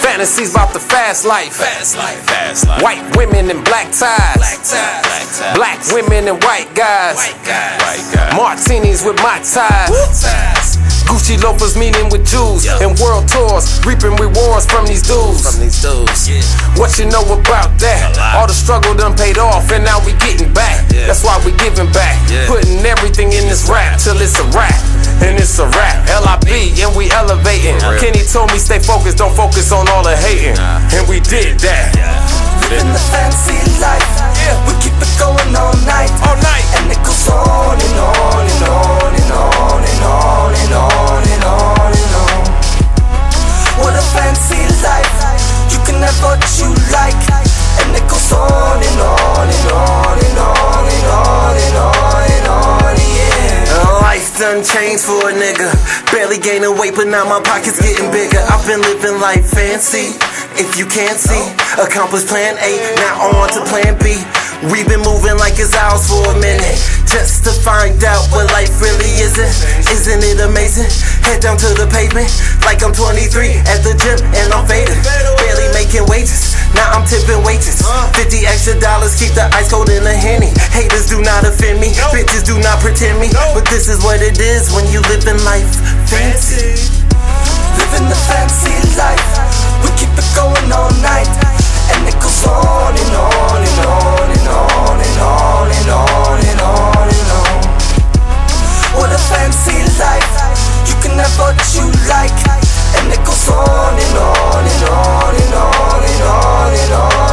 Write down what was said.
Fantasies about the fast life. Fast life, fast life. White women in black ties. Black ties. Black ties. Black women and white guys. White guys. White guys. Martinis with my ties. Woo. ties. Gucci loafers meeting with Jews Yo. and world tours, reaping rewards from these dudes. From these dudes. Yeah. What you know about A that? lot. All the struggle done paid off, and now we getting back. Yeah. That's why we giving back, Yeah. putting everything in this rap till it's a rap. And it's a rap, L.I.B. and we elevating. For real. Kenny told me stay focused, don't focus on all the hating, Nah. and we did that. Living the fancy life. Yeah. We keep it going all night. All night. And it goes on and on and on and on and on and on and on and on. What a fancy life. You can have what you like. And it goes on and on and on and on and on and on and on, yeah. Uh, Life done changed for a nigga. Barely gaining weight, but now my pockets getting bigger. I've been living life fancy. If you can't see, accomplished plan A, now on to plan B. We've been moving like it's ours for a minute. Just to find out what life really isn't. Isn't it amazing? Head down to the pavement, like I'm 23 at the gym and I'm faded. Barely making wages, now I'm tipping wages. 50 extra dollars, keep the ice cold in the henny. Haters do not offend me, bitches do not pretend me. But this is what it is when you live in life fancy. Living the fancy life. We keep it going all night. And it goes on and on and on and on and on and on and on and on. What a fancy life. You can have what you like. And it goes on and on and on and on and on and on.